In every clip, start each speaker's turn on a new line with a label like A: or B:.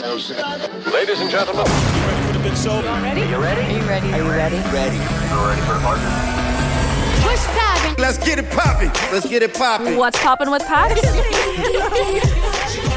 A: no sense.
B: Ladies and gentlemen,
C: What's poppin'?
D: Let's get it popping. Let's get it popping.
C: What's poppin' with Pops?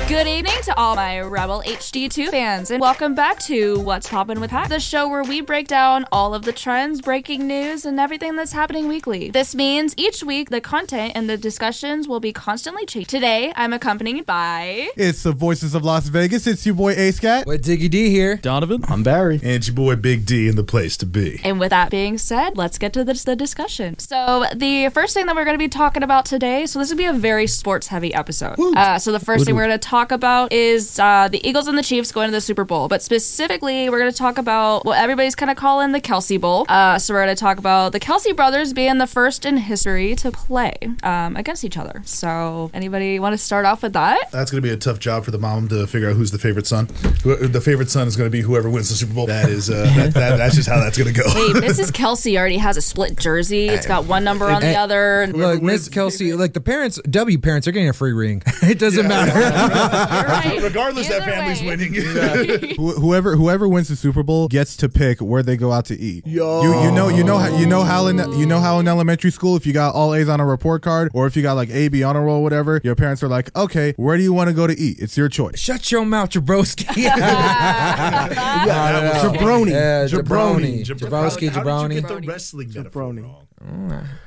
C: Good evening to all my Rebel HD2 fans, and welcome back to What's Poppin' with Pops, the show where we break down all of the trends, breaking news, and everything that's happening weekly. This means each week the content and the discussions will be constantly changed. Today, I'm accompanied by
E: It's the Voices of Las Vegas. It's your boy Ace Cat.
F: What Diggy D here?
G: Donovan. I'm Barry.
H: And it's your boy Big D in the place to be.
C: And with that being said, let's get to this, the discussion. So, the first thing that we're going to be talking about today, so this will be a very sports heavy episode. Uh, so, the first thing we're going to talk about is uh, the Eagles and the Chiefs going to the Super Bowl. But specifically, we're going to talk about what everybody's kind of calling the Kelsey Bowl. Uh, so, we're going to talk about the Kelsey brothers being the first in history to play um, against each other. So, anybody want to start off with that?
H: That's going to be a tough job for the mom to figure out who's the favorite son. Who, the favorite son is going to be whoever wins the Super Bowl. That is, uh, that, that, that's just how that's going to go.
C: Hey, Mrs. Kelsey already has a split jersey. It's got one number on the
F: Hey.
C: other.
F: Look, Miss Kelsey, like the parents, W parents are getting a free ring. It doesn't matter.
C: Right.
H: Regardless, that
C: Either
H: family's
C: way.
H: winning.
E: Wh- whoever whoever wins the Super Bowl gets to pick where they go out to eat. Yo. You, you know you know how you know how in you know how in elementary school if you got all A's on a report card or if you got like A B honor roll whatever your parents are like okay where do you want to go to eat it's your choice.
F: Shut your mouth, Jabrowski.
G: Jabroni.
F: Yeah, Jabroni.
H: Jab-
F: Jabrowski,
H: How- how did you get
F: Jabroni.
H: the wrestling metaphor
G: Jabroni.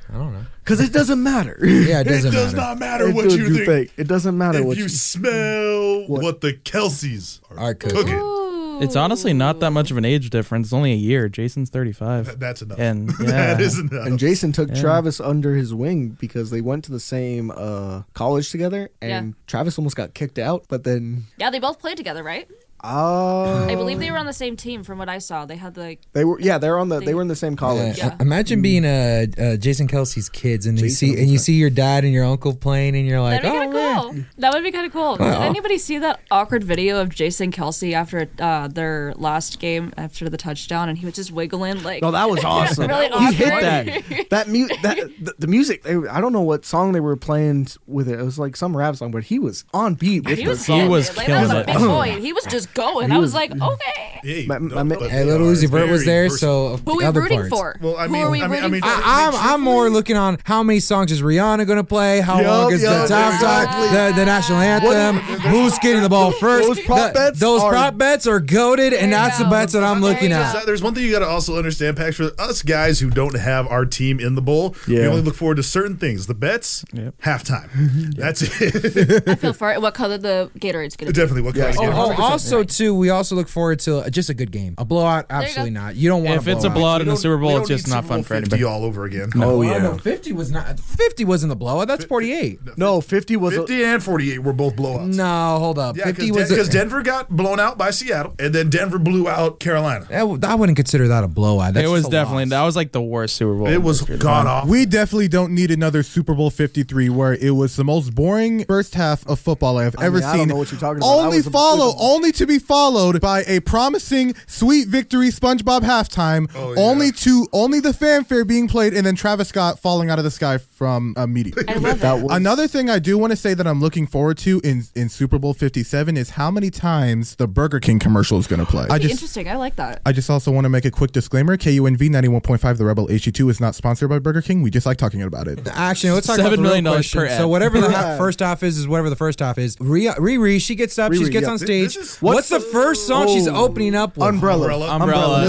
H: wrong?
G: Because it doesn't matter.
F: Yeah, it
H: It
F: doesn't
H: does
F: matter.
H: not matter what you think.
G: It doesn't matter
H: If
G: what
H: you
G: you.
H: smell what, the Kelseys are,
F: Are cooking.
H: cooking,
I: It's honestly not that much of an age difference. It's only a year. Jason's 35.
H: that's enough.
I: And yeah.
H: that is enough.
G: And Jason took Travis under his wing because they went to the same uh, college together, and
C: Yeah.
G: Travis almost got kicked out. But then,
C: Yeah, they both played together, right?
G: uh,
C: I believe they were on the same team from what I saw. They had like
G: they were yeah, they're on the they were in the same college.
C: Yeah.
F: Imagine being uh, uh, Jason Kelsey's kids, and you
G: Jason
F: see and you see your dad and your uncle playing, and you're like,
C: that'd be
F: oh
C: kind
F: man.
C: of cool. That would be kind of cool. Did anybody see that awkward video of Jason Kelsey after uh, their last game after the touchdown, and he was just wiggling like
G: No, that was awesome.
C: Really
G: he hit
C: awkward.
G: that. That mu- that the, the music. They, I don't know what song they were playing with it. It was like some rap song, but he was on beat with
C: he
G: the
C: was
G: song.
I: He was
C: like, that was a
I: killing
C: big boy. He was just going. I was like, okay.
H: Hey,
G: My-
H: no,
G: my ma-
H: but
F: Hey,
H: they
F: little
H: are
F: Uzi Vert was
H: very
F: there,
H: versatile.
F: so of
C: Who are
F: the
C: we
F: other
C: rooting for?
F: parts.
H: Well, I
C: Who
H: mean-
C: are we
H: I mean- I
C: rooting
H: mean-
C: for?
F: I, I'm I'm more looking on how many songs is Rihanna gonna play? How long is the
G: yup,
F: top
G: exactly.
F: the, the national anthem? Who's getting the ball first?
G: Those prop
F: The-
G: bets
F: those
G: are-
F: prop bets are goaded, and
C: you
F: that's the
C: go.
F: bets that I'm
C: There
F: looking
C: you
F: at.
C: go.
H: So there's one thing you got to also understand, Pax. For us guys who don't have our team in the bowl, we
G: Yeah.
H: only look forward to certain things: the bets, halftime. That's it.
C: I feel for it. What color the Gatorade's gonna be?
H: Definitely what kind
F: Oh,
H: of game.
F: oh, also too, we also look forward to uh, just a good game. A blowout,
C: you
F: absolutely
C: go.
F: not. You don't want
I: If it's a blowout in the Super Bowl, it's just not fun for anybody.
H: all over again.
G: Oh
F: Oh, no, fifty was not. Fifty wasn't the blowout. That's forty-eight.
G: No, fifty was. a-
H: 50 and 48 were both blowouts.
F: No, hold up.
H: Yeah,
F: fifty
H: because
F: was. a-
H: Denver got blown out by Seattle, and then Denver blew out Carolina.
F: That w- I wouldn't consider that a blowout. That's
I: It was
F: just a
I: definitely,
F: loss.
I: that was like the worst Super Bowl.
H: It was god off.
E: We definitely don't need another Super Bowl 53 where it was the most boring first half of football I have
G: mean,
E: ever
G: I
E: seen.
G: don't know what you're talking about. I
E: Only
G: was-
E: follow, only to be followed by a promising sweet victory SpongeBob halftime,
H: Oh, yeah.
E: only to only the fanfare being played and then Travis Scott falling out of the sky from a meteor.
C: I love
G: That
C: that.
G: was
E: Another thing I do want to say that I'm looking forward to in, in Super Bowl 57 is how many times the Burger King commercial is going to play. I just
C: Interesting. I like that.
E: I just also want to make a quick disclaimer. KUNV 91.5 The Rebel HE2 is not sponsored by Burger King. We just like talking about it.
F: Actually, let's talk
I: Seven
F: about the
I: million
F: real
I: dollars
F: question.
I: per
F: So
I: ad.
F: whatever the ha- first half is, is whatever the first half is. Riri, Riri she gets up, she
G: Riri,
F: gets
G: yeah.
F: on
G: This-
F: stage.
H: this is-
F: What's the first song she's opening up with?
G: umbrella.
H: Umbrella.
I: Umbrella.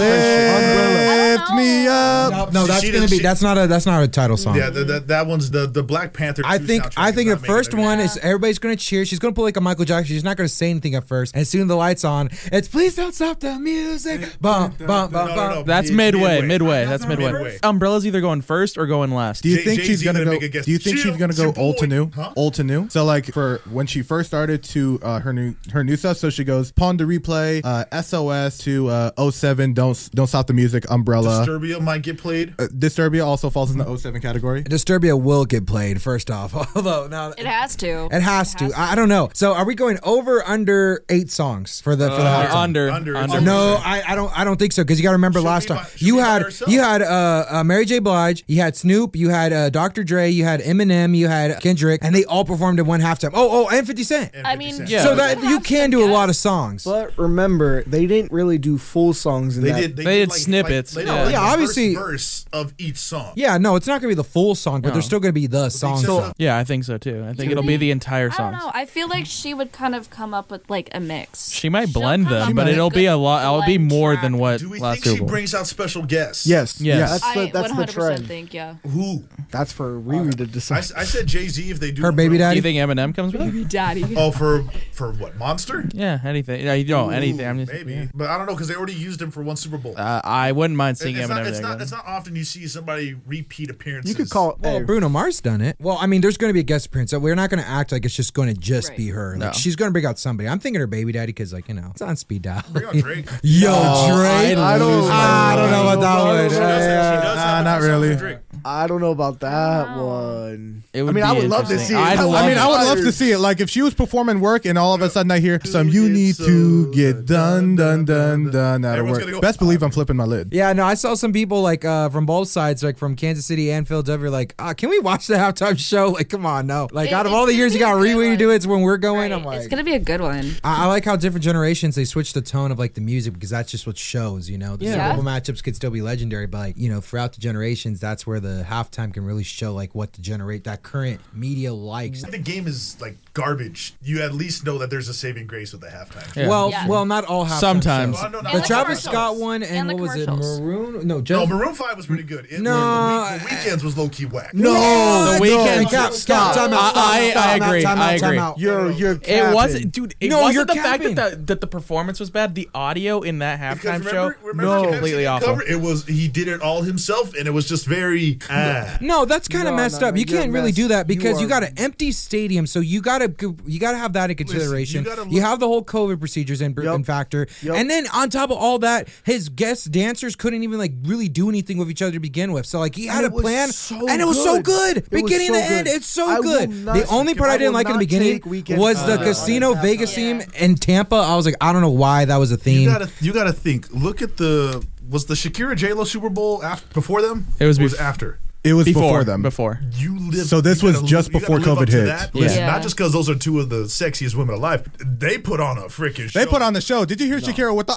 E: Lift me up.
F: No, no, that's
H: She
F: gonna
H: didn't-
F: be
H: she-
F: that's not a that's not a title song.
H: Yeah, that, that, that one's the, the Black Panther.
F: I
H: 2
F: think
H: soundtrack
F: I think
H: is
F: the
H: not making
F: first
H: it.
F: one is everybody's gonna cheer. She's gonna pull like a Michael Jackson. She's not gonna say anything at first. And soon the lights on. It's please don't stop the music. Bum bum bum
H: No, no, no.
F: bum.
I: That's
H: It's
I: midway, midway. That's
H: not
I: midway. Umbrella's either going first or going last.
E: Do you
H: Jay-
E: think she's
H: Jay-Z
E: gonna,
H: gonna make
E: go?
H: a guess.
E: Do you think she's
H: Chill,
E: gonna go
H: it's your
E: old to
H: boy.
E: new?
H: Huh?
E: Old to new. So like for when she first started to uh, her new her new oh stuff. So she goes Pawn to Replay, uh, SOS to uh, 07, Don't don't stop the music, Umbrella, Umbrella.
H: Disturbia might get played.
E: Uh, Disturbia also falls in the 07 category.
F: Disturbia will get played first off. Although now
C: It has to.
F: It has to. I I don't know. So are we going over under eight songs for the for the hot song?
I: Uh, under,
H: Under.
I: under,
F: No, I, I don't I don't think so because you got to remember
H: Should
F: last
H: we
F: time
H: buy- should
F: you
H: we buy
F: had
H: ourselves?
F: you had uh, uh, Mary J Blige, you had Snoop, you had uh, Dr. Dre, you had Eminem, you had Kendrick, and they all performed in one halftime. Oh oh, and Fifty Cent.
H: And
C: I
H: 50
C: mean,
H: Cent.
I: Yeah.
F: so
I: we
F: that you can do a lot of songs.
G: But remember, they didn't really do full songs in
H: They
G: that.
H: did. They,
I: They
H: did,
I: did
H: like,
I: snippets,
H: Like, they
I: yeah.
H: did, like,
F: Yeah,
H: the first
F: obviously-
H: verse of each song. uh,
F: yeah, no, it's not gonna be the full song, but
I: No.
F: there's still gonna be the song.
H: exception
F: song.
H: of-
I: Yeah, I think so too. I think it'll be the entire
C: I
I: song.
C: don't know. I feel like she would kind of come up with like a mix.
I: She might
C: She'll
I: blend
C: come up
I: them, but
C: with
I: it'll be
C: good
I: a lot. It'll be
C: blend
I: more
C: track.
I: than what
H: Do we
I: last
H: think
I: Super
H: she
I: Bowl.
H: brings out special guests?
G: Yes.
I: Yes.
G: Yeah, that's
C: I
G: the, that's the
C: 100%
G: trend.
C: think, yeah.
H: Who?
G: That's for Riri to
H: I,
G: decide.
H: s- I said Jay Z if they do
F: Her
H: it
F: baby
H: for-
I: Do
F: daddy.
I: you think Eminem comes with it?
C: Daddy.
H: Oh, for for what? Monster?
I: Yeah, anything. Yeah, you know, anything. I'm just,
H: Maybe,
I: yeah.
H: but I don't know because they already used him for one Super Bowl.
I: Uh, I wouldn't mind
H: It-
I: seeing
H: it's,
I: Eminem.
H: not, it's,
I: there,
H: not,
I: though.
H: it's not often you see somebody repeat appearances.
G: you could call.
F: Well,
G: hey,
F: Bruno Mars done it. Well, I mean, there's going to be a guest appearance. So we're not going to act like it's just going to just
C: Right.
F: be her. Like
I: No.
F: she's going to bring out somebody. I'm thinking her baby daddy because, like, you know, it's on speed dial.
H: Bring on Drake. She
F: Yo,
E: Oh,
F: Drake.
E: I
F: I
E: lose
F: don't,
E: my
F: know
E: mind.
F: about that
H: does-
F: one.
H: she
F: Uh,
H: does have
E: nah,
H: a song
E: not
H: with
E: really.
H: Drake.
G: I don't know about that one.
I: It would
G: I mean,
I: be
G: I would love to see.
I: interesting.
G: it.
I: I'd
E: I
I: love
E: mean, I would love to
G: Fires.
E: see it. Like, if she was performing work and all of a sudden I hear some, you
H: It's
E: need
H: so
E: to get done, done, done, done out of
H: Everyone's
E: work.
H: gonna go,
E: Best believe I'm flipping my lid.
F: Yeah, no, I saw some people like uh, from both sides, like from Kansas City and Philadelphia, like, ah, can we watch the halftime show? Like, come on, no. Like,
C: It-
F: out of
C: it's
F: all the
C: gonna
F: years you
C: be a
F: got
C: good
F: Riri to
C: one.
F: do it, it's when we're going.
C: Right.
F: I'm like,
C: it's gonna be a good one.
F: I, I like how different generations they switch the tone of like the music because that's just what shows, you know. The
I: Yeah.
F: Super Bowl matchups could still be legendary, but like, you know, throughout the generations, that's where the halftime can really show like what the generate that current media likes.
H: If the game is like garbage, you at least know that there's a saving grace with the halftime.
I: Yeah.
F: Well,
C: Yeah.
F: well, not all halftime
I: Sometimes.
F: shows.
H: Oh, No, no, no,
F: the
H: no.
C: And
F: Travis
C: the
F: Scott one and,
C: And the
F: what was it?
C: commercials.
F: Maroon? No,
H: No,
F: just
H: Maroon Five was pretty good. It-
F: No,
H: the, week- the weekends was low key whack.
F: no.
I: The Weeknd-
F: Cap,
I: Stop.
F: stop. Time out.
I: I- I- I agree. I agree.
G: You're you're.
I: It
G: capping.
I: wasn't, dude. It
F: No,
I: wasn't
F: you're
I: the fact
F: capping.
I: that the, that the performance was bad. The audio in that halftime
H: Because remember,
I: show,
H: remember the
I: completely
H: Pepsi
I: awful.
H: cover? It was he did it all himself, and it was just very. ah.
F: No, that's kind of
G: No,
F: messed
G: no,
F: up.
G: no,
F: You
G: you're
F: can't really
G: messed-
F: do that
G: you
F: because you,
G: are-
F: got an empty stadium, so you gotta go- you gotta have that in consideration.
H: gotta
F: you,
H: look-
F: have the whole COVID procedures in, in factor,
G: Yup.
F: and then on top of all that, his guest dancers couldn't even like really do anything with each other to begin with. So like he had
G: it
F: a
G: was
F: plan,
G: so
F: and it was so
G: good.
F: good,
G: It was
F: beginning
G: so
F: to end.
G: good.
F: It's so
G: I will
F: good.
G: not-
F: the only part
G: I
F: I didn't
G: will
F: like in the
G: not
F: beginning
G: take Weeknd
F: was
G: out
F: the
G: of that
F: casino
G: halftime.
F: Vegas
C: Yeah.
F: theme in Tampa. I was like, I don't know why that was a
H: You
F: theme.
H: gotta, you gotta think. Look at the was the Shakira J Lo Super Bowl after, before them.
I: It was
H: Or was
I: bef-
H: after.
E: It was before,
I: before,
E: them.
I: Before.
H: You live.
E: So this
H: you
E: was
H: gotta
E: just
H: live- you
E: before
H: gotta live up
E: COVID
H: to
E: hit.
H: That.
E: Yeah.
H: Listen,
C: Yeah.
H: Not just because those are two of the sexiest women alive. They put on a freaking. show.
E: They put on the show. Did you hear Shakira with the.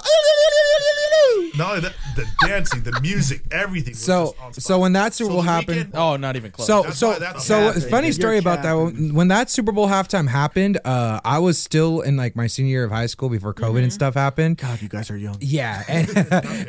H: not only that, the dancing, the music, everything. Was
F: so
H: just on
F: so when that Super
H: So
F: Bowl
H: The
F: happened.
H: Weeknd-
I: Oh, not even close.
F: So
H: That's
F: so
H: why that's
F: so
H: capping.
F: funny story
G: You're
F: about that
G: capping.
F: when, when that Super Bowl halftime happened. Uh, I was still in like my senior year of high school before COVID and stuff happened.
G: God, you guys are young.
F: Yeah, and,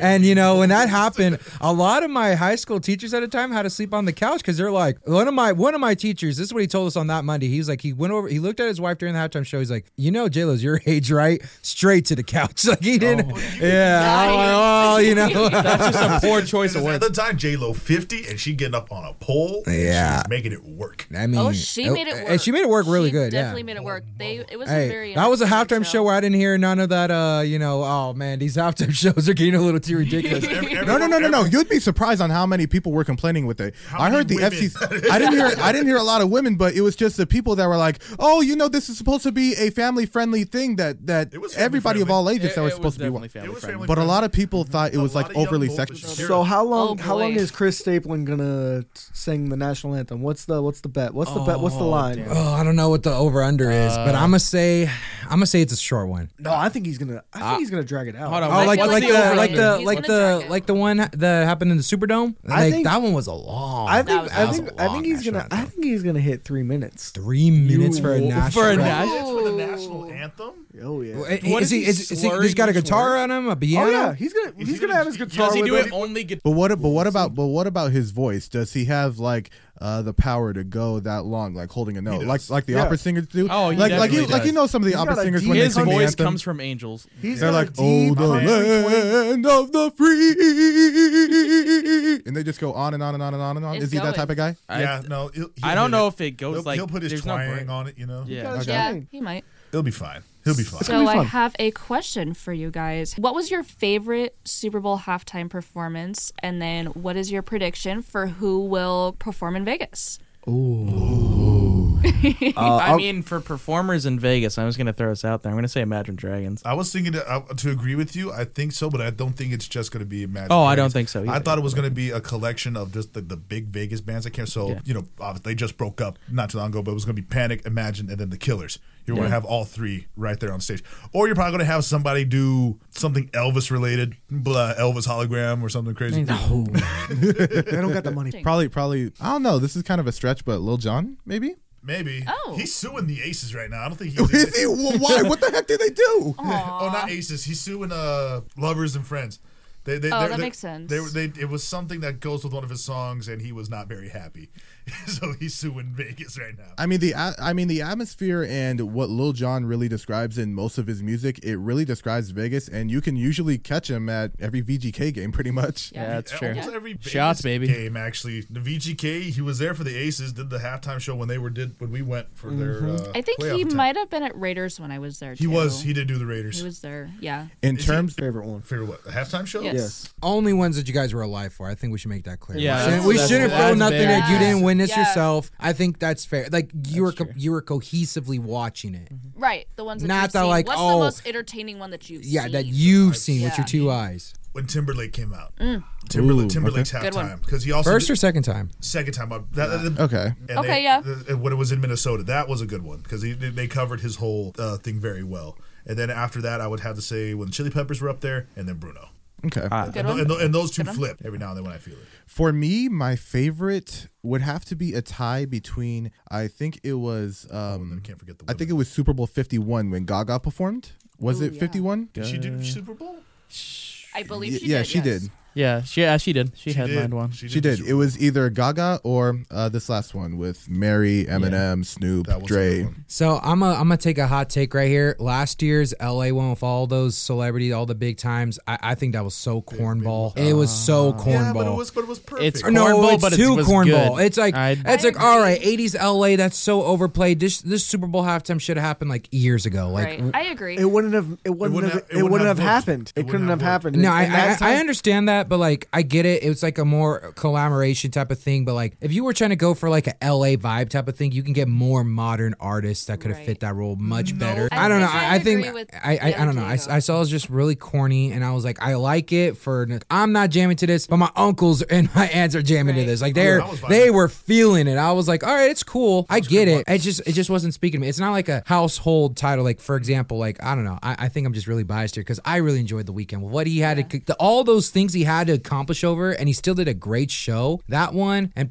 F: and you know when that happened, a lot of my high school teachers at the time had to sleep on the couch because they're like one of my one of my teachers. This is what he told us on that Monday. He's like he went over, he looked at his wife during the halftime show. He's like, you know, J Lo's your age, right? Straight to the couch, like he didn't. yeah, I'm like, well, you know.
I: that's just a poor choice
H: Because
I: of
H: at
I: words.
H: the time, J Lo fifty, and she getting up on a pole. and she
F: Yeah.
H: was making it work.
F: I mean,
C: oh, she made it
F: uh,
C: work.
F: She made it work really
C: She
F: good. yeah.
C: Definitely made it work. They it was a
F: Hey,
C: very
F: that was a
C: entertaining
F: halftime show where I didn't hear none of that. Uh, you know, oh man, these halftime shows are getting a little too ridiculous.
H: Every-
E: No, no,
H: everyone-
E: no, no, no!
H: every-
E: You'd be surprised on how many people were complaining with it. I
H: many
E: heard the
H: women?
E: FCC. I didn't hear. I didn't hear a lot of women, but it was just the people that were like, "Oh, you know, this is supposed to be a family-friendly thing that that
H: It was
E: everybody of
H: family-friendly.
E: all ages that were
I: was
E: supposed to be."
I: definitely
E: One.
I: family
H: It was
I: friendly.
H: family
E: But a
H: friendly.
E: lot of people thought it
H: A
E: was
H: lot
E: like
H: of young
E: overly
H: boys
E: sexual.
H: was
G: So how long?
C: Oh,
G: how long
C: boy.
G: is Chris Stapleton gonna t- sing the national anthem? What's the What's the bet? What's the bet? What's the line?
F: oh, I don't know what the over under is, but I'm gonna say, I'm gonna say it's a short one.
G: No, I think he's gonna. I think he's gonna drag it out.
I: hold on,
F: Oh, like
I: Like, what's
F: like
I: the
F: the
I: over-under?
F: like the
C: He's
F: like
C: gonna
F: the
C: drag it.
F: like the one that happened in the Superdome.
G: I
F: Like
G: think-
F: that one was a long.
G: I
C: That
G: think
C: was-
G: I
C: that
F: was
G: think
F: a
G: I
F: long
G: think he's gonna.
F: national
G: I think he's gonna hit three minutes.
F: three minutes for a
G: You-
F: national.
I: For a
F: anthem.
I: na-
H: Minutes for the national anthem.
G: Oh yeah.
F: Wait,
I: What
F: is
I: is
F: he?
I: he
F: Is, is he?
I: slurring
F: He's got a
I: each
F: guitar
I: word?
F: on him, a
G: Oh
F: piano.
G: yeah, he's gonna he's
H: he
G: gonna,
H: gonna-
G: have his guitar.
I: Does he
G: with
I: do
G: him.
I: it only? Get-
E: But what? But what about? But what about his voice? Does he have like uh, the power to go that long, like holding a note,
H: does.
E: like like the
G: Yeah.
E: opera singers do?
I: Oh, he
E: like like you
I: definitely
E: like
I: does.
E: you know some of the
G: He's
E: opera
G: got a
E: singers when they
I: his
E: sing the
I: voice
E: anthem,
I: comes from angels.
G: He's
E: They're
G: got
E: like,
G: a
E: oh,
G: deep
E: the
G: voice.
E: land of the free. And they just go on and on and on and on and on.
C: It's
E: Is he that
C: going.
E: type of guy?
I: I-
H: yeah, no. he'll- he'll
I: I
H: hit
I: don't know if it goes
H: He'll,
I: like
H: he'll put his
I: there's no
H: twang
I: break.
H: on it. You know.
I: Yeah.
C: Yeah, he might.
H: He'll be fine. He'll be fine.
C: So I
G: fun.
C: have a question for you guys. What was your favorite Super Bowl halftime performance? And then what is your prediction for who will perform in Vegas?
I: I mean, for performers in Vegas, I was going to throw us out there. I'm going to say Imagine Dragons.
H: I was thinking to, uh, to agree with you. I think so, but I don't think it's just going to be Imagine.
I: Oh, I
H: Dragons.
I: don't think so
H: I
I: either.
H: thought it was going to be a collection of just the, the big Vegas bands that came. So
I: Yeah.
H: you know, obviously they just broke up not too long ago, but it was going to be Panic, Imagine, and then the Killers. You're going
I: Yeah.
H: to have all three right there on stage, or you're probably going to have somebody do something Elvis related, blah, Elvis hologram or something crazy.
G: No, they don't got the money.
E: Probably, probably. I don't know. This is kind of a stretch, but Lil Jon, maybe.
H: Maybe.
C: Oh.
H: He's suing the Aces right now. I don't think he's.
E: Is he? Well, Why? What the heck did they do?
H: Oh, not Aces. He's suing uh, lovers and friends. They, they,
C: Oh,
H: they're-
C: that
H: they-
C: makes sense.
H: They, were- they, it was something that goes with one of his songs, and he was not very happy. so he's suing Vegas right now.
E: I mean the a- I mean the atmosphere and what Lil Jon really describes in most of his music. It really describes Vegas, and you can usually catch him at every VGK game, pretty much.
I: Yeah, that's true.
H: Almost every Vegas
I: Shots, baby.
H: game actually. The VGK, he was there for the Aces. Did the halftime show when they were did when we went for their.
I: Mm-hmm.
H: Uh,
C: I think
H: playoff
C: he
H: attempt.
C: might have been at Raiders when I was there.
H: He
C: too.
H: was. He did do the Raiders.
C: He was there. Yeah.
E: In terms,
G: Favorite one.
H: Favorite what? The halftime show?
C: Yes.
G: Yes.
F: Only ones that you guys were alive for. I think we should make that clear.
I: Yeah,
F: We
I: that's-
F: shouldn't- we
I: that's-
F: shouldn't
I: that's
F: throw nothing
I: fair.
F: at you. Didn't witness
C: Yeah.
F: yourself. I think that's fair. Like you were, co- you were cohesively watching it.
C: Right. The ones that
F: Not
C: you've
F: that,
C: seen.
F: like,
C: What's
F: oh,
C: the most entertaining one that you've
F: Yeah,
C: seen?
F: that you've seen with
C: Yeah.
F: your two eyes.
H: When Timberlake came out. Timberlake,
E: Ooh,
H: Timberlake's
C: Mm. Good one.
H: halftime. Because he also.
F: First
H: did-
F: or second time?
H: second time up. That, that-
E: Okay.
H: and
C: Okay,
H: they-
C: yeah.
H: the- and when it was in Minnesota, that was a good one because they, they covered his whole uh, thing very well. And then after that, I would have to say when Chili Peppers were up there, and then Bruno.
E: okay.
C: Good
H: And,
C: one.
H: tho- and tho- and those two flip every now and then when I feel it.
E: For me, my favorite would have to be a tie between. I think it was. Um,
H: Can't forget the.
E: I
H: Women.
E: think it was Super Bowl Fifty One when Gaga performed. Was
C: Ooh,
E: it
C: yeah.
E: Fifty One?
H: Did she
I: Uh,
H: do Super Bowl?
C: I believe she
E: yeah,
C: did.
E: she
C: yes.
E: did.
I: Yeah, she, yeah, she did. She,
H: did.
I: headlined one.
E: She did. It was either Gaga or uh, this last one with Mary, Eminem, Snoop,
H: That was a good
E: Dre.
H: one.
F: So I'm a, I'm gonna take a hot take right here. Last year's LA one with all those celebrities, all the big times. I, I think that was so cornball. It was so cornball.
H: Yeah, but it was. But it was perfect.
I: It's-
F: Or No,
I: Cornball,
F: it's
I: but it
F: too
I: was
F: cornball.
I: good.
F: It's like
I: I-
F: it's
C: I
F: like all right, '80s LA. That's so overplayed. This this Super Bowl halftime should have happened like years ago. Like
C: Right. I agree.
G: It wouldn't have. It wouldn't,
H: wouldn't
G: have.
H: have-
G: It wouldn't have,
H: worked.
G: happened.
H: It
G: It,
H: wouldn't
G: couldn't
H: have worked.
G: have, happened.
F: no, I,
G: And that
F: I, I
G: time-
F: understand that, but like I get it. It's like a more collaboration type of thing. But like if you were trying to go for like a LA vibe type of thing, you can get more modern artists that could have
C: Right.
F: fit that role much better.
C: I
F: I, don't know.
C: think
F: I,
C: I
F: I think
C: agree with
F: I I, I don't know. I,
C: Diego.
F: I saw it was just really corny, and I was like, I like it for. I'm not jamming to this, but my uncles and my aunts are jamming to
C: Right.
F: this. Like they're
H: I Oh, was vibing.
F: they were feeling it. I was like, all right, it's cool. I get it. It just it just wasn't speaking to me. It's not like a household title. Like for example, like I don't know. I, I think I'm just really biased here because I really enjoyed the weekend. What he had to the, all those things he had to accomplish over, and he still did a great show. That one and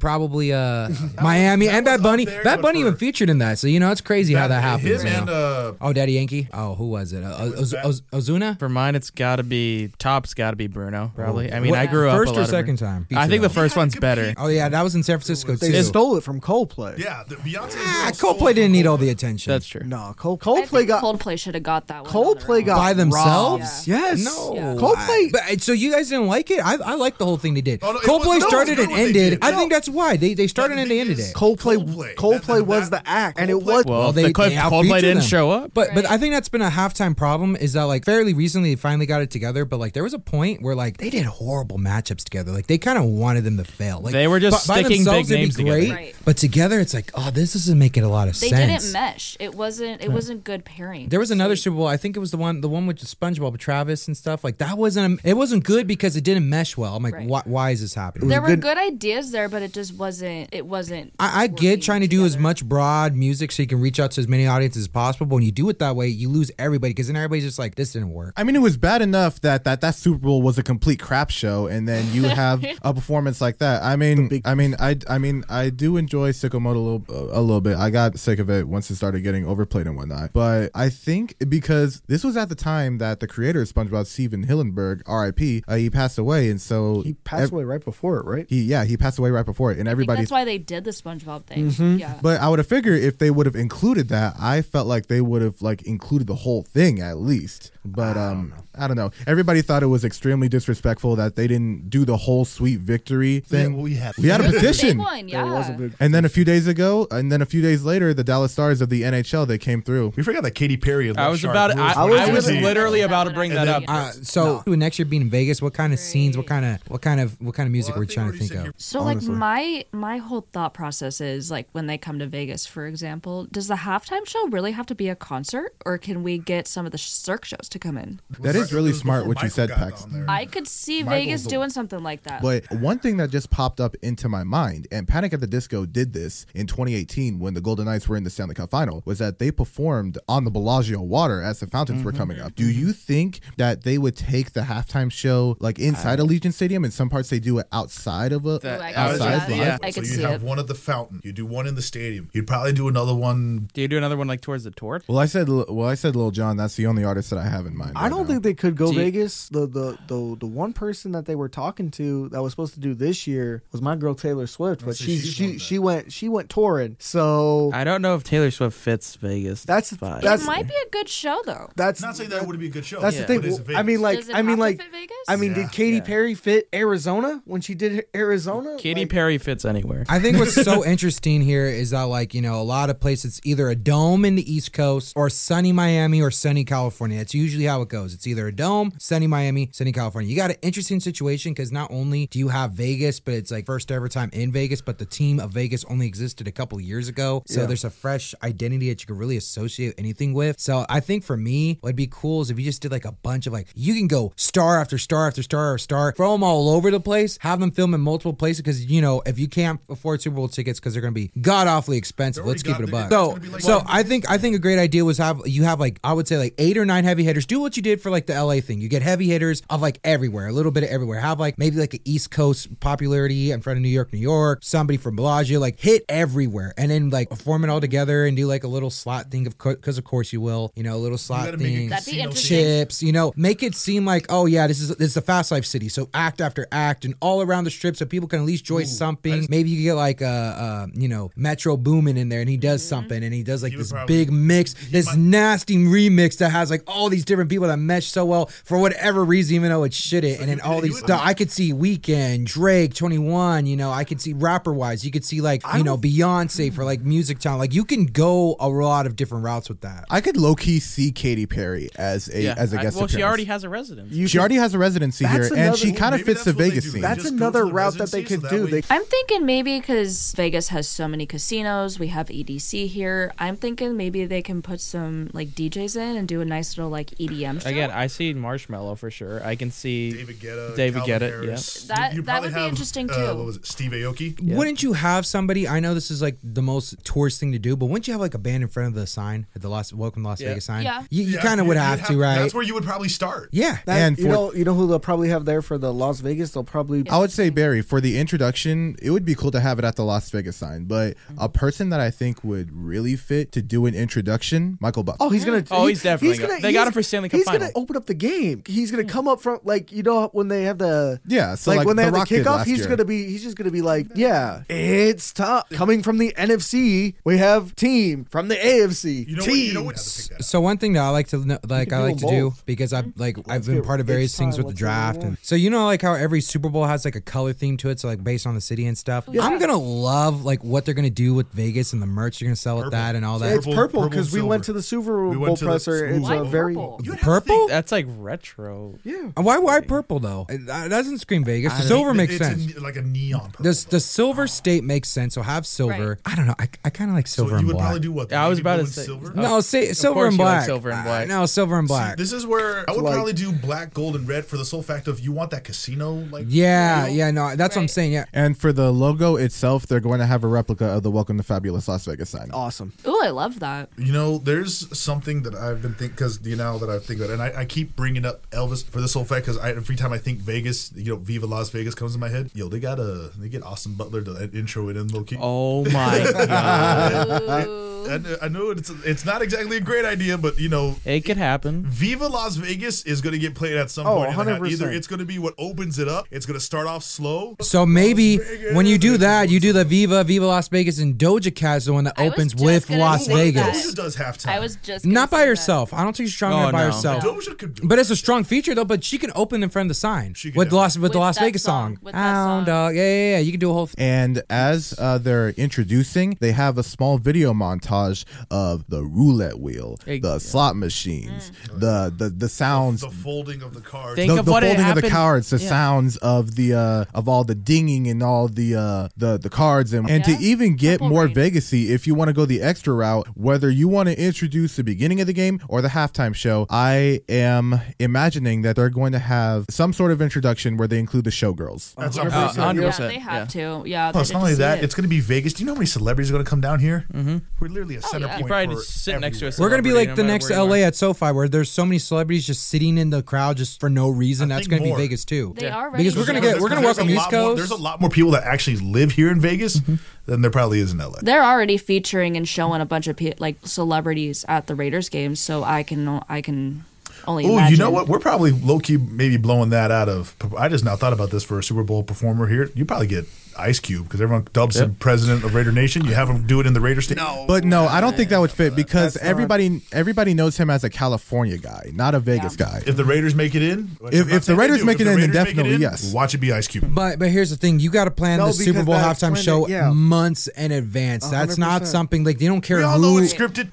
F: probably uh Miami
H: was
F: and Bad Bunny.
H: up there,
F: Bad
H: but
F: Bunny
H: for-
F: even featured in that. So you know it's crazy how that happens.
H: Him
F: you know?
H: and uh,
F: Oh, Daddy Yankee. Oh, who was it? Uh, Oz-
H: Bad-
F: Oz- Ozuna.
I: For mine, it's got to be top's got to be Bruno. Probably. I mean,
F: What-
I: I grew up
F: first or
I: a lot of Bruno.
F: second time?
I: I think the first
H: Yeah,
I: one's
H: it could
I: better.
H: be-
F: Oh yeah, that was in San Francisco too.
G: They stole it from Coldplay.
H: yeah, the Beyonce.
F: Ah,
H: stole
F: Coldplay didn't need all the attention.
I: That's true.
G: No, Cold,
C: I
G: Coldplay
C: think
G: got
C: Coldplay should have got that one. on their
G: Coldplay
C: own.
G: got
F: By themselves?
G: robbed. Yes.
F: No.
G: Coldplay.
F: I- but, uh, so you guys didn't like it? I, I like the whole thing they did.
H: Oh, no, it was- no,
F: Coldplay
H: it was
F: started
H: good
F: and
H: what they
F: ended.
H: did.
F: I
H: No.
F: think that's why they they started
H: the
F: and they
H: thing
F: ended
H: is-
F: it.
G: Coldplay.
H: Coldplay.
G: Coldplay,
H: That- that-
G: was
H: that-
G: the act, and it
H: Coldplay-
G: was
I: Well,
F: Well, they-
I: the Cliff
F: they
I: Coldplay
F: outfeatured
I: didn't
F: them.
I: show up.
F: But but
C: Right.
F: I think that's been a halftime problem is that like fairly recently they finally got it together. But like there was a point where like they did horrible matchups together. Like they kind of wanted them to fail. Like
I: They were just
F: by- by
I: sticking big
F: themselves, it'd be
I: names together.
F: great,
C: Right.
F: But together it's like oh this isn't making a lot of
C: They
F: sense.
C: didn't mesh. It wasn't. It wasn't good pairing.
F: There was another Super Bowl. I think it was the one, the one with the SpongeBob, with Travis and stuff. Like that wasn't. It wasn't good because it didn't mesh well. I'm like,
C: Right.
F: why, why is this happening?
C: There were
G: good-
C: good ideas there, but it just wasn't. It wasn't.
F: I, I
C: working
F: get trying to do as
C: together.
F: much broad music so you can reach out to as many audiences as possible. But when you do it that way, you lose everybody because then everybody's just like, this didn't work.
E: I mean, it was bad enough that that, that Super Bowl was a complete crap show, and then you have a performance like that. I mean, I mean, I, I mean, I do enjoy sicko mode a little, a little bit. I got sick of it once it started getting overplayed and whatnot. But I think because this was at the time that the creator of SpongeBob, Steven Hillenberg, R.I.P., uh, he passed away, and so
G: He passed
E: ev-
G: away right before it, right?
E: He yeah, he passed away right before it, and
C: I think
E: everybody
C: that's why they did the SpongeBob thing.
F: Mm-hmm.
C: Yeah.
E: But I would have figured if they would have included that, I felt like they would have like included the whole thing at least. But um, I don't know. Everybody thought it was extremely disrespectful that they didn't do the whole sweet victory thing.
A: well, we had-
E: we had a
A: Big
E: petition.
C: one,
G: There was a
C: yeah.
G: big.
E: And then a few days ago, and then a few days later, the Dallas Stars of the NHL they came through.
A: We forgot that Katy Perry. and
I: I
A: Lil
I: was
A: Shark
I: about.
A: rules
I: I,
A: for
I: I
A: Jersey.
I: was literally
C: And
I: about to
C: then-
I: bring that up.
F: Uh, so next year being in Vegas, what kind of scenes, what kind of what kind of what kind of music
H: Well, I
F: we're
H: think
F: trying
H: we
F: to think
H: said
F: of?
H: here-
C: So like my my whole thought process is like when they come to Vegas, for example, does the halftime show really have to be a concert, or can we get some of the Cirque shows to come in?
E: That is really smart what you said, Pax.
C: I could see Vegas doing something like that.
E: But one thing that just popped up into my mind, and Panic at the Disco did this in 2018 when the Golden Knights were in the Stanley Cup final, was that they performed on the Bellagio water as the fountains were coming up. Do you think that they would take the halftime show like inside Allegiant Stadium? In some parts, they do it outside of a.
A: That-
C: I could see
E: outside
C: that.
E: live?
A: yeah.
C: Oh, I could
H: so you
C: see
H: have
C: it.
H: one at the fountain. You do one in the stadium. You'd probably do another one.
I: Do you do another one like towards the tour?
E: Well, I said, well, I said, Lil John. That's the only artist that I have in mind.
G: I
E: right
G: don't
E: now.
G: think they could go
I: Do you-
G: Vegas. The, the the the one person that they were talking to that was supposed to do this year was my girl Taylor Swift, but
H: so
G: she
H: she's one
G: she
H: that-
G: she went she went touring. So
I: I don't know if Taylor Swift fits Vegas.
G: That's-
I: vibe.
G: that's-
C: it might be a good show though.
G: that's
H: Not saying that it would be a good show.
G: that's
I: Yeah.
G: the thing.
H: but it's
G: Well, I
H: Vegas.
G: mean, like
C: Does it
G: I mean,
C: have to
G: like
C: fit Vegas?
G: I mean,
H: Yeah.
G: did Katy
I: Yeah.
G: Perry fit Arizona when she did Arizona?
I: Katy
G: Like,
I: Perry fits anywhere.
F: I think what's so interesting here is that like you know a lot of places it's either a dome in the East Coast or sunny Miami or sunny California. It's usually how it goes. It's either a dome, sunny Miami, sunny California. You got an interesting situation because not only do you have Vegas, but it's like first ever time in Vegas. But the team of Vegas only existed a couple years ago, so there's a fresh identity that you can really associate anything with. So I think for me, what'd be cool is if you just did like a bunch of like you can go star after star after star or star, throw them all over the place, have them film in multiple places because you know if you can't afford Super Bowl tickets because they're going to be god awfully expensive.
H: They
F: Let's
H: already
F: keep it a
H: got-
F: buck.
H: they- it's
F: So
H: gonna be like-
F: so I think I think a great idea was have you have like I would say like eight or nine heavy hitters. Do what you did for like the LA thing. You get heavy hitters of like everywhere, a little bit of everywhere. Have like maybe like an East Coast popularity in front of New York, New York. Somebody from Bellagio, like hit everywhere, and then like form it all together and do like a little slot thing of because of course you will. You know, a little slot
H: gotta make it
F: thing.
C: That'd be
H: Casino
C: interesting.
F: Chips, you know, make it seem like, oh yeah, this is this is a fast life city. So act after act and all around the strip, so people can at least enjoy something. Maybe you could get like a, uh you know Metro Boomin in there, and he does something, and he does like
H: He would
F: this
H: probably-
F: big mix, this nasty remix that has like all these different people that mesh so well for whatever reason, even though it's shit it, and then all these stuff. I could see Weekend, Drake, Twenty One, you know, I could see rapper wise, you could see like you know Beyonce
H: Hmm.
F: for like music town, like you can go a lot of different routes with that.
E: I could low key see Katy Perry as a as a
I: I-
E: guest.
I: well, she
E: appearance.
I: already has a residence.
E: She already has a residency here,
G: That's
E: and
G: another-
E: she kind of
H: Maybe
E: fits the
H: that's what they
E: Vegas
H: do.
E: scene.
H: They
G: That's
H: just go
G: another
H: to the
G: route that they
H: residency,
G: could
H: so that
G: do.
H: way-
G: They
C: I'm thinking maybe because Vegas has so many casinos, we have EDC here. I'm thinking maybe they can put some like DJs in and do a nice little like EDM show.
I: Again, I see Marshmallow for sure. I can see
H: David Guetta.
I: David
H: Calvin
I: Guetta,
H: Harris. You-
C: That-
H: you
C: that
H: probably
C: would be
H: have,
C: interesting,
H: uh,
C: too.
H: what was it? Steve Aoki.
F: Wouldn't you have somebody? I know this is like the most tourist thing to do, but wouldn't you have like a band in front of the sign at the Las Welcome to Las
I: Yeah.
F: Vegas sign?
C: Yeah.
F: you, you
H: Yeah,
F: kind of would
H: you'd
F: have, to, right?
H: That's where you would probably start.
F: yeah,
G: that-
E: And
G: you
E: for-
G: know you know who they'll probably have there for the Las Vegas. They'll probably
E: I would say Barry for the introduction. It would be cool to have it at the Las Vegas sign, but a person that I think would really fit to do an introduction, Michael Buck.
G: Oh, he's gonna.
I: Oh, he's definitely go- they got him for Stanley Cup
G: He's
I: final.
G: gonna open up the game. He's gonna come up front, like you know when they have the
E: Yeah, so like
G: when they
E: The
G: have
E: Rock
G: the
E: did
G: kickoff.
E: last
G: He's
E: year.
G: gonna be he's just gonna be like, yeah, it's tough. Coming from the NFC, we have team from the AFC.
H: You know what?
G: team.
H: You know what? to pick that up.
F: So one thing that I like to know, like
G: can
F: I
G: do
F: like to
G: them
F: do
G: both.
F: because I've like I've been
G: Mm-hmm. get
F: part of
G: each
F: various things
G: time,
F: with the
G: let's get
F: draft,
G: one.
F: and so you know like how every Super Bowl has like a color theme to it, so like based on the city and stuff. I'm gonna love like what they're gonna do with Vegas and the merch they're gonna sell with
H: Purple.
F: that and all that.
G: It's
H: Purple-
G: purple
H: purple
G: because we
H: silver.
G: went to the Super
H: We went
G: Bowl
H: to the-
G: presser. it's
H: Why
G: a very
C: purple?
H: You'd have to
F: purple?
H: think-
I: That's like retro.
G: yeah.
F: Why why purple though? It, that doesn't scream Vegas. The silver makes
H: it's a
F: sense.
H: ne- like a neon purple.
F: The, the silver state makes sense. So have silver.
C: Right.
F: I don't know. I, I kind of like
H: so
F: silver
H: you
F: and
H: would
F: black.
H: probably do what?
I: Yeah, I was
H: Maybe
I: about to
H: blue and
I: say-
H: silver?
F: no, say, silver
I: course
F: and
I: you like
F: black.
I: silver and
F: Uh,
I: black.
F: no, silver and black.
H: This is where I would
G: like-
H: probably do black, gold, and red for the sole fact of you want that casino. Like
F: yeah,
H: feel.
F: yeah. No, that's what I'm
C: Right.
F: saying. Yeah.
E: And for the logo itself, they're going to have a replica of the "Welcome to Fabulous Las Vegas" sign.
G: Awesome.
C: Ooh, I love that.
H: You know, there's something that I've been thinking because you know that I think about, it, and I, I keep bringing up Elvis for this whole fact because every time I think Vegas, you know, Viva Las Vegas comes in my head. Yo, they uh,
C: Oh.
H: got a they get Austin Butler to intro it in low key.
I: Oh my god!
C: Ooh.
H: I, kn- I know it's it's not exactly a great idea, but you know,
I: It could happen.
H: Viva Las Vegas is going to get played at some
G: Oh,
H: point. in the night.
G: 100%.
H: Either it's going to be what opens it up. It's going to start off slow.
F: So maybe when you do that, you do the Viva Viva Las Vegas and Doja Cat's the one that
C: I was
F: opens
C: just
F: with
C: gonna
F: Las
C: say
F: Vegas.
H: Doja does half time.
C: I was just gonna
F: Not by
C: say that.
F: herself. I don't think she's strong
I: Oh,
F: enough by
I: no.
F: herself.
H: Doja could do.
F: But it's a strong feature though. But she can open in front of the sign
H: She could
F: with Las with, the
C: With
F: Las
C: that
F: Vegas song.
C: song, with that
F: Ow,
C: song.
F: dog. Yeah, yeah, yeah. You can do a whole. Th-
E: And as uh, they're introducing, they have a small video montage of the roulette wheel,
I: Hey,
E: the
I: yeah.
E: slot machines, the, the the sounds,
H: the folding of the cards.
I: Think
E: the,
I: of
E: the
I: what
E: folding
I: it
E: of the
I: happened-
E: cards, the
I: yeah.
E: sounds of the uh, of all the dinging and all the uh, the the cards, and and
C: Yeah.
E: to even get
C: Purple
E: more
C: rain.
E: Vegasy, if you want to go the extra route, whether you want to introduce the beginning of the game or the halftime show, I am imagining that they're going to have some sort of introduction where they include the showgirls.
H: That's
G: Uh,
H: awesome.
I: Uh,
C: Yeah,
I: 100%.
C: they have to. Yeah.
H: Plus,
C: they
H: not
C: did
H: only
C: see
H: that,
C: it.
H: it's going to be Vegas. Do you know how many celebrities are going to come down here? Mm-hmm. We're literally a center
C: Oh, yeah.
H: point.
C: You
I: probably
H: for
I: just sit next to us.
H: everywhere.
F: we're gonna be
I: Celebrity,
F: like the
I: no matter
F: next
I: where you
F: LA
I: are.
F: at SoFi, where there's so many celebrities just sitting in the crowd just for no reason.
H: I
F: That's
H: think
F: gonna
H: more.
F: be Vegas too.
C: They are ready.
F: Because we're
C: to
F: gonna
C: go.
F: get- we're gonna
H: There's
F: welcome
H: a
F: East
H: lot more-
F: Coast.
H: there's a lot more people that actually live here in Vegas
E: Mm-hmm.
H: than there probably is in LA.
C: They're already featuring and showing a bunch of pe- like celebrities at the Raiders games, so I can I can only.
H: Oh,
C: imagine.
H: you know what? We're probably low key maybe blowing that out of. I just now thought about this for a Super Bowl performer here. You probably get Ice Cube because everyone dubs him president of Raider Nation. You have him do it in the Raider state. No,
E: But no, I don't think that would fit because
G: That's not-
E: everybody everybody knows him as a California guy, not a Vegas guy.
H: if the Raiders make it in, which
E: If-
H: I'm not
E: if
H: saying
E: the
H: they
E: Raiders
H: do,
E: make
H: if
E: it in, then
H: Raiders make
E: definitely, yes.
H: Watch it be Ice Cube.
F: But but here's the thing: you got to plan
G: No,
F: the Super
G: because
F: Bowl
G: that's
F: halftime
G: when
F: show
G: it- yeah.
F: months in advance. That's not
G: 100%.
F: something like they don't care
H: We all
F: who.
H: know it's scripted.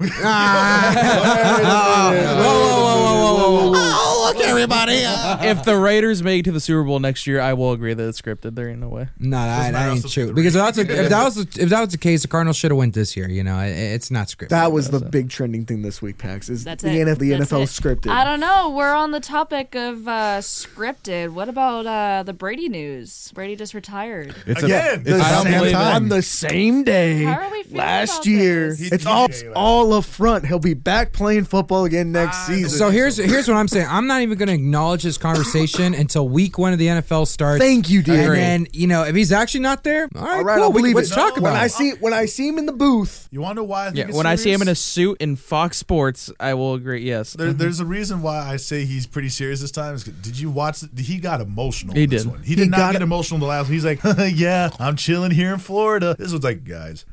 F: Whoa, whoa, whoa, whoa, whoa, whoa, whoa.
I: if the Raiders make it to the Super Bowl next year, I will agree that it's scripted. There ain't no way.
F: No, I,
H: matter,
F: I ain't
H: also
F: true.
H: three.
F: Because that's a, if that was the, if that was the case, the Cardinals should have went this year. You know, it, it's not scripted.
G: That was the big trending thing this week, Pax. Is
C: That's
G: the,
C: it.
G: NF- the
C: That's
G: NFL
C: it.
G: scripted?
C: I don't know. We're on the topic of uh, scripted. What about uh, the Brady news? Brady just retired.
E: It's
H: Again,
E: about,
H: the
E: it's about
I: same
E: damn
I: believe it.
E: time.
G: on the same day
C: How are we feeling about
G: last year.
C: this?
G: It's all
H: He-
G: it's all a front. He'll be back playing football again next season.
F: Ah, So here's here's what I'm saying. I'm not even going to acknowledge this conversation until week one of the NFL starts.
G: Thank you,
F: And
G: Diego.
F: then you know if he's actually not there, all right,
G: all right,
F: cool.
G: I'll
F: we,
G: believe
F: let's
G: it.
F: talk
H: No,
F: about.
G: when I
F: it.
G: see when I see him in the booth.
H: You want to know why? I think
I: Yeah,
H: it's
I: when I see him in a
H: serious?
I: suit in Fox Sports, I will agree. Yes,
H: There, there's a reason why I say he's pretty serious this time. Is 'cause- did you watch? The, he got emotional.
I: He
H: in this
I: did.
H: One. He did not
G: got
H: get
G: it.
H: emotional the last one. He's like, yeah, I'm chilling here in Florida. This was like, guys,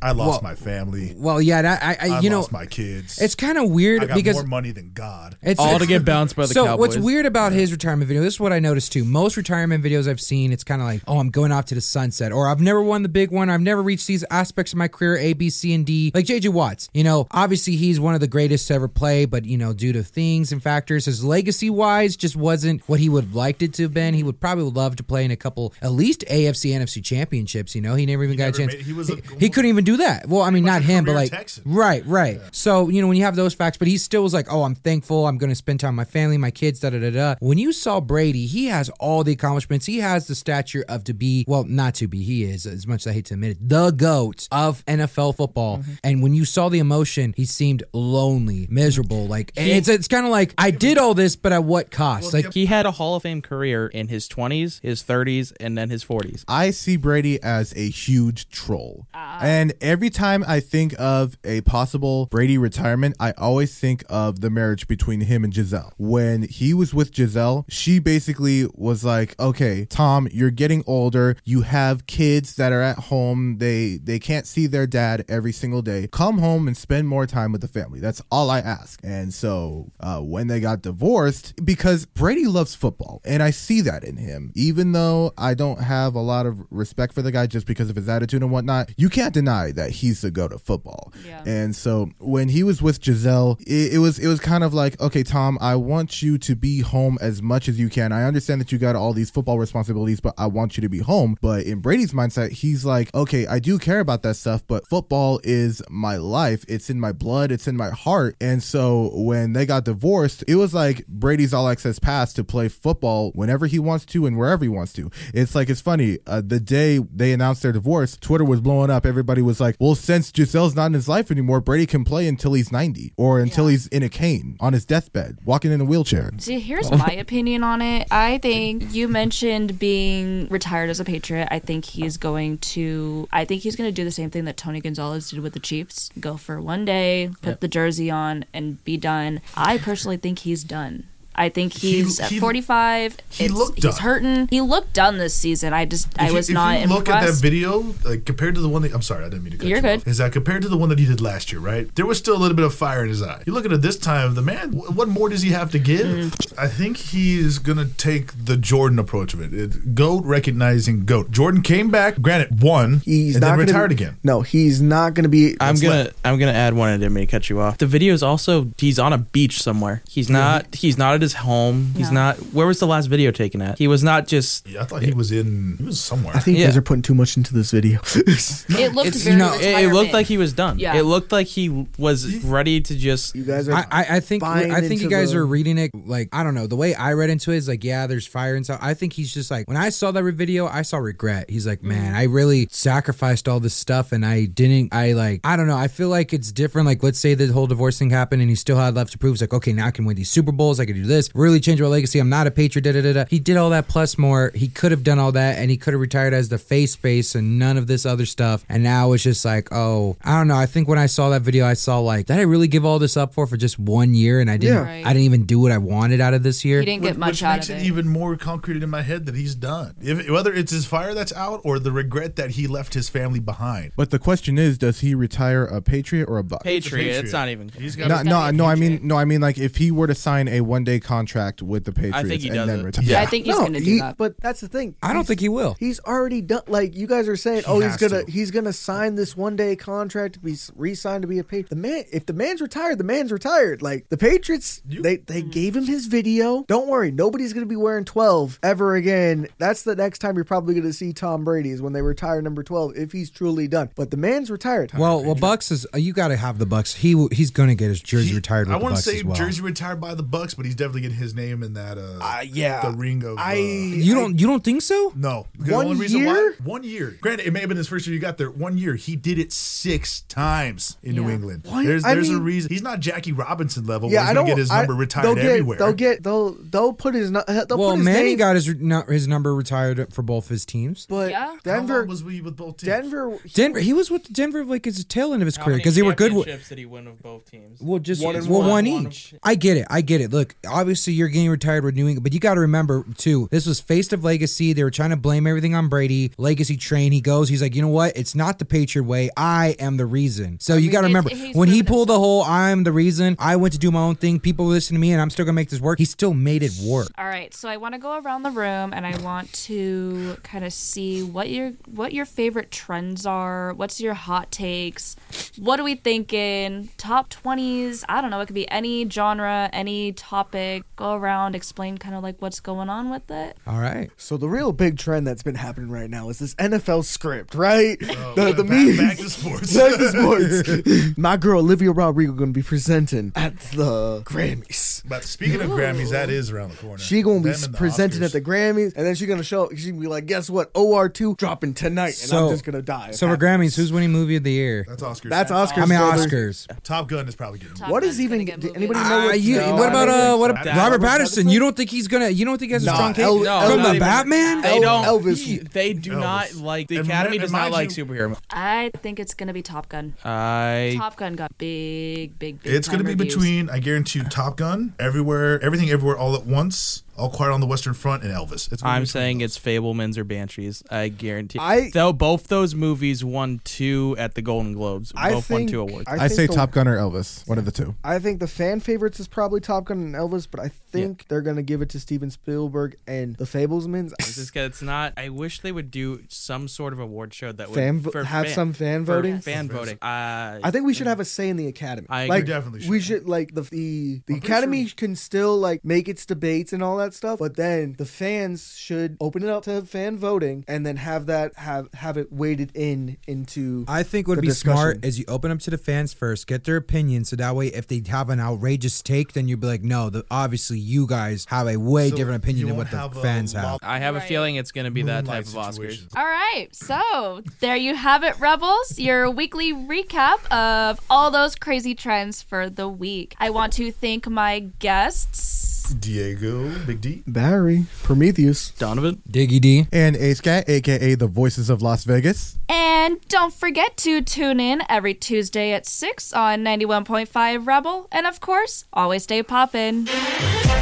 H: I lost
F: Well-
H: my family.
F: well, yeah, that, I, I,
H: I
F: you know,
H: lost my kids.
F: it's kind of
H: I
F: weird
H: got
F: because
H: more money than God.
F: it's
I: all
F: it's-
I: to get bounced by the
F: so
I: Cowboys.
F: what's weird about his retirement video? This is what I noticed too. Most retirement videos I've seen, it's kind of like, oh, I'm going off to the sunset, or I've never won the big one, or I've never reached these aspects of my career A, B, C, and D. Like JJ Watts, you know, obviously he's one of the greatest to ever play, but you know, due to things and factors, his legacy wise just wasn't what he would have liked it to have been. He would probably love to play in a couple, at least AFC, NFC championships. You know, he never even
H: never
F: got a chance.
H: made- he was a-
F: he couldn't even do that. Well, I mean,
H: was
F: not
H: a
F: him, but
H: career
F: like
H: Texan.
F: Right, right. So, you know, when you have those facts, but he still was like, oh, I'm thankful. I'm going to spend time with my family, my kids, da da da da. When you saw Brady, he has all the accomplishments. He has the stature of to be, well, not to be, he is, as much as I hate to admit it, the GOAT of NFL football.
G: Mm-hmm.
F: And when you saw the emotion, he seemed lonely, miserable. Like, it's, it's kind of like, I did all this, but at what cost? Like,
I: He had a Hall of Fame career in his 20s, his 30s, and then his 40s.
E: I see Brady as a huge troll. And every time I think of a possible Brady retirement, I always think of the marriage between him and Giselle. When he was with Giselle, she basically was like, "Okay, Tom, you're getting older. You have kids that are at home. They they can't see their dad every single day. Come home and spend more time with the family. That's all I ask." And so, uh, when they got divorced, because Brady loves football, and I see that in him, even though I don't have a lot of respect for the guy just because of his attitude and whatnot. You can't deny that he's the go to football.
C: Yeah.
E: And so when he was with Giselle, it, it was it was kind of like, okay, Tom, I want you to be home as much as you can. I understand that you got all these football responsibilities, but I want you to be home. But in Brady's mindset, he's like, okay, I do care about that stuff, but football is my life. It's in my blood. It's in my heart. And so when they got divorced, it was like Brady's all access pass to play football whenever he wants to and wherever he wants to. It's like it's funny. Uh, the day they announced their divorce, Twitter was blowing up. Everybody everybody was like, well, since Giselle's not in his life anymore, Brady can play until he's 90 or until he's in a cane on his deathbed, walking in a wheelchair.
C: See, here's
H: Oh.
C: my opinion on it. I think you mentioned being retired as a Patriot. I think he's going to. I think he's going to do the same thing that Tony Gonzalez did with the Chiefs: go for one day, put the jersey on, and be done. I personally think he's done. I think he's at
H: he-
C: 45.
H: he
C: It's-
H: looked
C: he's
H: done.
C: hurting. He looked done this season. I just, I
H: If you-
C: was not
H: If you look at that
C: impressed.
H: video, like compared to the one that I'm sorry, I didn't mean to cut
C: You're
H: you
C: good.
H: off, Is that compared to the one that he did last year? Right, there was still a little bit of fire in his eye. You're looking at this time, the man. wh- What more does he have to give?
C: Mm.
H: I think he's gonna take the Jordan approach of it. it. Goat recognizing goat. Jordan came back. Granted, won.
G: He's
H: and
G: not
H: then
G: gonna
H: retired
G: be,
H: again.
G: No, he's not going to be.
I: I'm
G: that's
I: gonna
G: left.
I: Uh, I'm gonna add one. I didn't mean to cut you off. Mm-hmm. The video is also he's on a beach somewhere. He's not he's not at his home. He's
C: No.
I: not. Where was the last video taken at? He was not just.
H: Yeah, I thought he was in. He was somewhere.
G: I think you
I: Yeah.
G: guys are putting too much into this video.
C: it looked
I: It's-
C: very.
F: no,
I: It, it looked like he was done.
C: Yeah.
I: It looked like he was ready to just.
G: you guys are.
F: I, I, I think
G: buying
F: I think you
G: into
F: guys
G: the-
F: are reading it like I don't know the way I read into it is like yeah there's fire and stuff. I think he's just like when I saw that video I saw regret. He's like man I really sacrificed all this stuff and I didn't I like I don't know I feel like it's different. Like let's say the whole divorce thing happened and he still had left to prove. He's like okay now I can win these Super Bowls I can do this really change my legacy. I'm not a patriot. Da da da da. He did all that plus more. He could have done all that and he could have retired as the face face and none of this other stuff. And now it's just like oh I don't know. I think when I saw that video I saw like did I really give all this up for for just one year and I didn't
G: Yeah.
C: Right.
F: I didn't even do what I wanted out of this year.
C: He didn't
H: Which-
C: get much
H: which
C: out
H: makes
C: of
H: it,
C: it.
H: even more concreted in my head that he's done. If, whether it's his fire that's out or the regret that he left his family behind.
E: But the question is, does he retire a Patriot or a Buck?
I: Patriot. It's
H: Patriot.
I: not even.
H: He's got.
E: No,
C: gotta be
E: no,
C: a
E: no. I mean,
C: Patriot.
E: no. I mean, like if he were to sign a one-day contract with the Patriots
I: he
E: and
I: does
E: then
I: it.
E: retire,
C: I think he's
G: no,
C: going to do
G: he-
C: that.
G: But that's the thing.
F: I don't
G: He's-
F: think he will.
G: He's already done. Like you guys are saying, oh, he's
H: has
G: gonna
H: to.
G: he's gonna sign this one day contract to be s- re-signed to be a Patriot. The man, if the man's retired, the man's retired. Like the Patriots, they they gave him his video. Don't worry, nobody's gonna be wearing twelve ever again. That's the next time you're probably gonna see Tom Brady is when they retire number twelve if he's truly done. But the man's retired.
F: Well, well, Bucks is you got to have the Bucks. He will- he's gonna get his jersey
H: He-
F: retired. With
H: I
F: the
H: want to
F: Bucks
H: say
F: as well.
H: jersey retired by the Bucks, but he's definitely getting his name in that. Uh,
G: Uh, yeah,
H: the ring of.
G: I
H: uh,
F: You don't you don't think so?
H: no, The
G: One
H: only reason
G: year?
H: Why, one year. Granted, it may have been his first year you got there. One year, he did it six times in New
C: Yeah.
H: England.
G: Why-
H: There's
G: I
H: there's a
G: mean-
H: reason he's not Jackie Robinson level.
G: Yeah,
H: where he's
G: I
H: gonna
G: don't
H: get his
G: I-
H: number retired
G: they'll get,
H: everywhere.
G: They'll get they'll they'll put his nu- they'll
F: Well,
G: put his
F: Manny
G: name,
F: got his nu- his number retired for both his teams.
G: but
C: Yeah.
H: How long
G: Denver
H: was we with both teams?
G: Denver
F: Denver, he was with Denver like his tail end of his career because they were good. With,
I: Did he win with both teams?
F: well, just
I: One
F: one,
I: and
F: well,
I: one.
F: one,
I: One
F: each. I get it. I get it. Look, obviously you're getting retired with New England, but you got to remember too. This was faced of legacy. They were trying to blame everything on Brady. Legacy train. He goes. He's like, you know what? It's not the Patriot way. I am the reason. So you got to
C: he's-
F: remember
C: he's
F: when he
C: proven
F: pulled the whole "I'm the reason." I went to do my own thing. People listen to me, and I'm still gonna make this work. He still made it work.
C: All right, so I want to go around the room and I want to kind of see what your what your favorite trends are. What's your hot takes? What are we thinking? Top twenties? I don't know. It could be any genre, any topic. Go around, explain kind of like what's going on with it.
F: All right.
G: So the real big trend that's been happening right now is this NFL script, right? the the
H: Oh, Uh, back,
G: memes.
H: back to sports.
G: Back to sports. My girl Olivia Rodrigo gonna be presenting at the Grammys.
H: But speaking of Grammys, that is around the corner.
G: She gonna be
H: Them and the
G: presenting at
H: Oscars.
G: the Grammys, and then she gonna show. She gonna be like, "Guess what? OR2 dropping tonight," and
F: So
G: I'm just gonna die. if
F: So for
G: that-
F: Grammys, who's winning movie of the year?
H: That's Oscars.
G: That's Oscars.
F: I mean
G: brother.
F: Oscars.
H: Top Gun is probably getting.
C: Top
G: What
C: Gun's
G: is even?
C: gonna get
G: Did
C: movie.
G: anybody know
F: Uh,
G: what?
F: you,
G: no,
F: what about
G: I
F: uh,
G: don't
F: what
G: think
F: about
G: so.
F: Robert Patterson? You don't think he's gonna? You don't think he has a
G: Nah,
F: strong case
G: El-
I: No,
G: El-
F: from
I: not
F: the
I: even-
F: Batman?
I: They don't.
G: Elvis.
I: he- they do
H: Elvis.
I: not like the
H: And remi-
I: Academy. Does not
H: remind
I: like
H: you-
I: superhero.
C: I think it's gonna be Top Gun.
I: I
C: Top Gun got big, big, big.
H: It's going to
C: time
H: be
C: reviews.
H: between, I guarantee you, Top Gun, Everywhere, Everything Everywhere All at Once, All Quiet on the Western Front, and Elvis. It's gonna
I: I'm
H: be
I: saying it's Fablemans or Banshees. I guarantee.
G: I-
I: though both those movies won two at the Golden Globes.
G: I
I: both won
G: think
I: two awards.
E: I
G: think
E: say
G: the-
E: Top Gun or Elvis, one of the two.
G: I think the fan favorites is probably Top Gun and Elvis, but I think they're gonna give it to Steven Spielberg and the Fablesmans.
I: It's just 'cause it's not. I wish they would do some sort of award show that would
G: Fan vo- have some fan
I: for
G: voting?
I: Fan voting. Uh,
G: I think we should have a say in the academy.
I: I
G: like,
H: agree. Definitely
G: We
H: should.
G: should like the the, the
H: I'm pretty
G: academy can still like make its debates and all that stuff. But then the fans should open it up to fan voting and then have that have have it weighted in into.
F: I think would
G: the
F: be smart
G: discussion.
F: is you open up to the fans first, get their opinion, so that way if they have an outrageous take, then you'd be like, no, the, obviously you guys have a way
H: So
F: different
H: you
F: opinion than
H: won't
F: what the
H: have a
F: fans have.
H: lot-
I: I have a
C: Right.
I: feeling it's going to be that type
H: moonlight
I: of Oscars.
H: situation.
C: All right, so there you have it, Rebels, your weekly recap of all those crazy trends for the week. I want to thank my guests.
H: Diego, Big D.
G: Barry Prometheus.
I: Donovan?
F: Diggy D.
E: And Ace Cat, aka the Voices of Las Vegas.
C: And don't forget to tune in every Tuesday at 6 on 91.5 Rebel. And of course, always stay poppin'.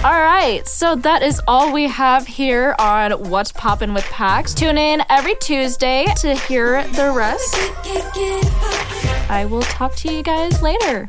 C: All right, so that is all we have here on What's Poppin' with PAX. Tune in every Tuesday to hear the rest. I will talk to you guys later.